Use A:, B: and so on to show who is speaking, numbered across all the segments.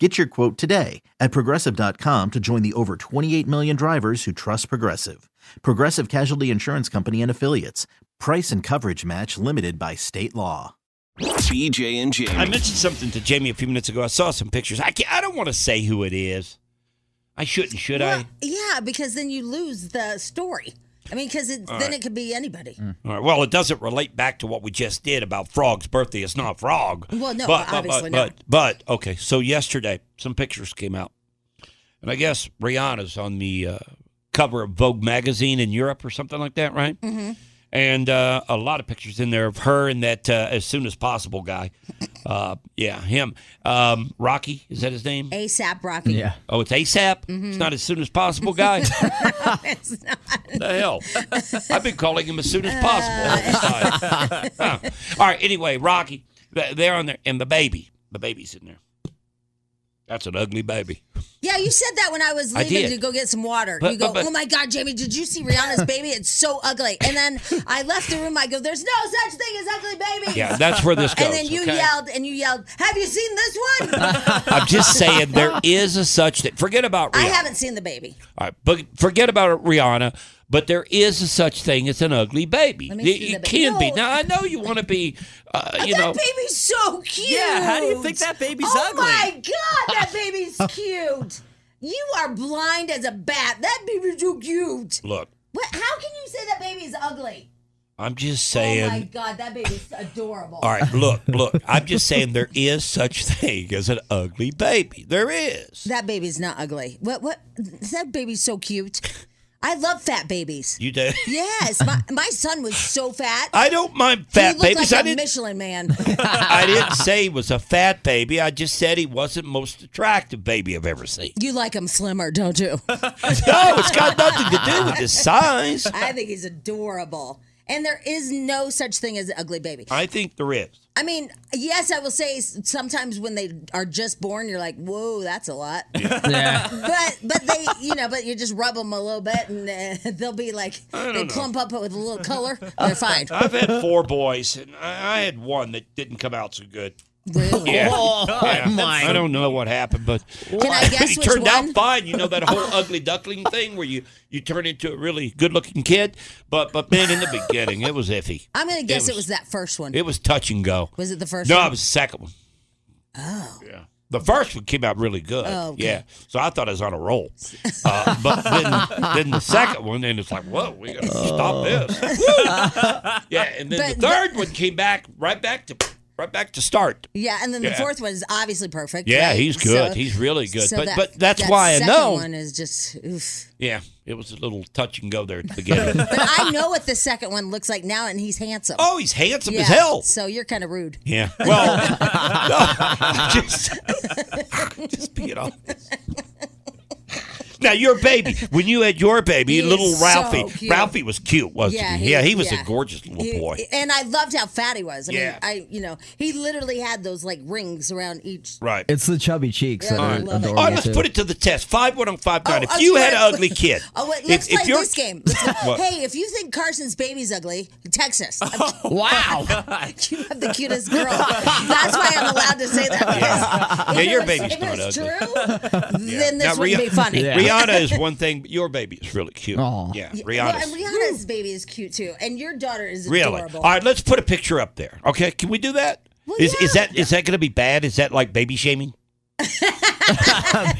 A: Get your quote today at progressive.com to join the over 28 million drivers who trust Progressive. Progressive Casualty Insurance Company and Affiliates. Price and coverage match limited by state law.
B: BJ and
C: I
B: Jamie.
C: mentioned something to Jamie a few minutes ago. I saw some pictures. I can't, I don't want to say who it is. I shouldn't, should I?
D: Yeah, because then you lose the story. I mean, because it, then it could be anybody.
C: All right. Well, it doesn't relate back to what we just did about Frog's birthday. It's not Frog.
D: Well, no, obviously
C: but,
D: not.
C: But, but okay. So yesterday, some pictures came out, and I guess Rihanna's on the uh, cover of Vogue magazine in Europe or something like that, right? Mm-hmm. And uh, a lot of pictures in there of her and that uh, as soon as possible guy. Uh, yeah, him. Um, Rocky is that his name?
D: ASAP Rocky.
E: Yeah.
C: Oh, it's ASAP. It's not as soon as possible, guy.
D: It's not-
C: the hell? I've been calling him as soon as
D: Uh.
C: possible. all the time. Huh. All right. Anyway, Rocky, th- they're on there, and the baby, the baby's in there. That's an ugly baby.
D: yeah, you said that when I was
C: I did.
D: leaving to go get some water.
C: But-
D: you go,
C: but- but-
D: oh my God, Jamie, did you see Rihanna's baby? It's so ugly. And then I left the room. I go, there's no such thing as ugly babies.
C: Yeah, that's where this goes.
D: and then you
C: okay?
D: yelled and you yelled, have you seen this one?
C: I'm just saying there is a such thing. Forget about Rihanna.
D: I haven't seen the baby.
C: All right, but forget about Rihanna. But there is a such thing as an ugly baby.
D: Let me
C: It,
D: see the
C: it
D: ba-
C: can be.
D: No.
C: Now I know you want to be, uh, you
D: that
C: know.
D: baby's so cute.
E: Yeah, how do you think that baby's
D: oh
E: ugly?
D: my god, that baby's cute. You are blind as a bat. That baby's so cute.
C: Look,
D: What? How can you say that baby's ugly?
C: I'm just
D: oh my
C: saying.
D: god, that baby's adorable.
C: all right, look, look. I'm just saying there is such thing as an ugly baby. There is.
D: That baby's not ugly. What? What? That baby's so cute. I love fat babies.
C: You do.
D: Yes, my, my son was so fat.
C: I don't mind
D: he
C: fat
D: looked
C: babies.
D: like
C: I
D: a
C: didn't.
D: Michelin man.
C: I didn't say he was a fat baby. I just said he wasn't most attractive baby I've ever seen.
D: you like him slimmer, don't you?
C: No, it's got nothing to do with his size.
D: I think he's adorable. And there is no such thing as an ugly baby.
C: I think there is.
D: I mean, yes, I will say s- sometimes when they are just born, you're like, "Whoa, that's a lot."
E: Yeah.
D: But but they, you know, but you just rub them a little bit, and uh, they'll be like, they plump up with a little color. They're fine.
C: I've had four boys, and I, I had one that didn't come out so good.
D: Really?
C: Yeah.
D: Oh,
C: Yeah.
E: my.
C: I don't know what happened, but
D: Can I guess
C: he
D: which
C: turned
D: one?
C: out fine. You know that whole ugly duckling thing where you you turn into a really good-looking kid, but but man, in the beginning it was iffy.
D: I'm gonna guess it was,
C: was-
D: that first one.
C: It was touch and go.
D: was it the first
C: No,
D: one?
C: it was the second one. Oh. Yeah. The first one came out really good.
D: Oh, okay.
C: Yeah. So I thought I was on a roll. Uh, but then, then the second one, and it's like, whoa, we got to stop this. Woo! yeah. And then the
D: Oh. But-
C: third one came back right back to right back to start.
D: yeah, and then the
C: Yeah.
D: fourth one is obviously perfect.
C: Yeah,
D: right?
C: he's good.
D: So-
C: he's really good.
D: so
C: but
D: that-
C: but that's
D: that
C: why I
D: second
C: know.
D: one is just. Oof.
C: Yeah, it was a little touch and go there at the beginning.
D: But I know what the second one looks like now, and he's handsome.
C: oh, he's handsome
D: yeah,
C: as hell.
D: So you're kind of rude.
C: Yeah. Well, no, I'm just, I'm just being honest. Now your baby, when you had your baby,
D: He is
C: little
D: so
C: Ralphie,
D: cute.
C: Ralphie was cute, wasn't
D: Yeah,
C: he?
D: he-
C: yeah, he was
D: yeah.
C: a gorgeous little
D: He-
C: boy.
D: And I loved how fat he was. I
C: Yeah.
D: mean, I you know he literally had those like rings around each.
C: right.
E: It's the chubby cheeks
D: Yeah,
E: that
D: I
E: are
D: love it.
C: All
E: adorable.
C: right, let's
E: too.
C: Oh, put it to the test. Five one oh five nine.
D: Oh,
C: If you
D: okay.
C: had an ugly kid,
D: Oh wait,
C: if-
D: let's
C: if
D: play
C: you're-
D: this game. Let's go.
C: What? Oh,
D: hey, if you think Carson's baby's ugly, text us.
E: Wow.
D: You have the cutest girl. That's why I'm allowed to say that.
C: Yeah,
D: If it
C: your
D: was-
C: baby's
D: if
C: not
D: it was
C: ugly.
D: True, then this
C: Now,
D: would
C: Rih-
D: be funny.
E: Yeah.
C: Rihanna is one thing, but your baby is really cute.
E: Aw.
C: Yeah,
D: Well, and
C: Rihanna's
D: Rihanna's baby is cute too, and your daughter is
C: Really?
D: adorable.
C: All right, let's put a picture up there. Okay, can we do that? Is
D: Well,
C: is
D: yeah.
C: that is that going to be bad? Is that like baby shaming?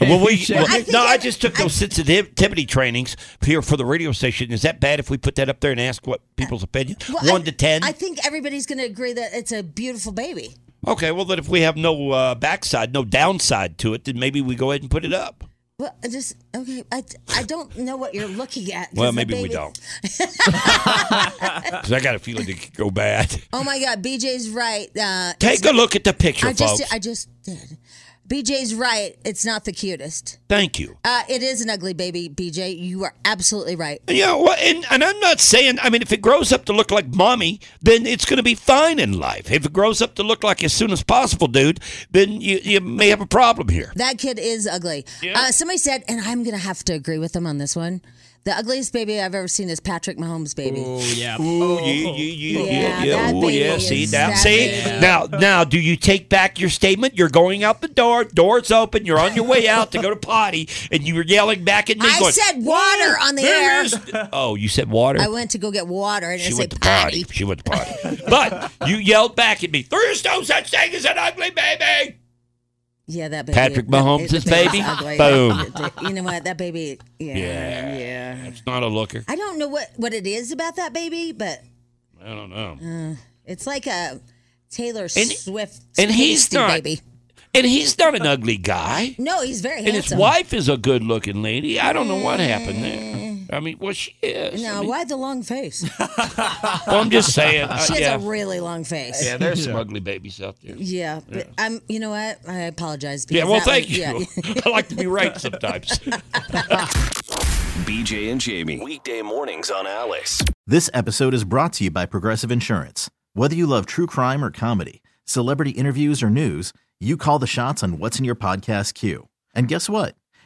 C: well, we, well,
D: I think
C: no, I
D: I-
C: just took those sensitivity trainings here for the radio station. Is that bad if we put that up there and ask what people's opinion?
D: Well,
C: One
D: I-
C: to ten.
D: I think everybody's going to agree that it's a beautiful baby.
C: okay. Well, then if we have no uh, backside, no downside to it, then maybe we go ahead and put it up.
D: Well, I just okay. I, I don't know what you're looking at. 'cause
C: Well,
D: the
C: maybe we
D: baby-
C: don't. Because I got a feeling it could go bad.
D: Oh my God, BJ's right. Uh,
C: Take a look at the picture,
D: I just
C: folks.
D: I just did. BJ's right. It's not the cutest.
C: Thank you.
D: Uh, it is an ugly baby, BJ. You are absolutely right.
C: Yeah, well, and, and I'm not saying, I mean, if it grows up to look like mommy, then it's going to be fine in life. If it grows up to look like as soon as possible, dude, then you, you may have a problem here.
D: That kid is ugly. Uh, somebody said, and I'm going to have to agree with them on this one. The ugliest baby I've ever seen is Patrick Mahomes' baby.
E: Oh yeah.
C: Ooh, you, you, you,
D: Yeah,
C: you,
D: that
C: Ooh,
D: baby
C: yeah.
D: is-
C: See now,
D: that
C: see
D: baby.
C: now, now. Do you take back your statement? You're going out the door. Doors open. You're on your way out to go to potty, and you were yelling back at me.
D: I
C: going,
D: said water on the
C: "There
D: air.
C: is-" Oh, you said water.
D: I went to go get water and I
C: she
D: didn't say
C: went to potty.
D: potty.
C: She went to potty. but you yelled back at me. There is no such thing as an ugly baby.
D: Yeah, that baby.
C: Patrick
D: that-
C: Mahomes'
D: the baby's
C: baby?
D: ugly.
C: Boom.
D: That- You know what? That baby. Yeah.
C: Yeah.
D: yeah.
C: It's not a looker.
D: I don't know what, what it is about that baby, but
C: I don't know.
D: it's like a Taylor Swift.
C: and he's
D: tasty
C: not-
D: baby.
C: And he's not an ugly guy.
D: No, he's very
C: And his
D: handsome.
C: wife is a good-looking lady. I don't know what happened there. I mean, well, she is. I
D: Mm. No,
C: mean,
D: why the long face?
C: Well, I'm just saying. uh,
D: She has
C: yeah.
D: a really long face.
C: yeah, there's some ugly babies out there. Yeah,
D: Yeah, but I'm. You know what? I apologize. because
C: well,
D: that
C: thank
D: was-
C: you.
D: yeah.
C: I like to be right sometimes.
B: BJ and Jamie. Weekday mornings on Alice.
A: This episode is brought to you by Progressive Insurance. Whether you love true crime or comedy, celebrity interviews or news, you call the shots on what's in your podcast queue. And guess what?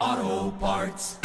F: O'Reilly Auto Parts.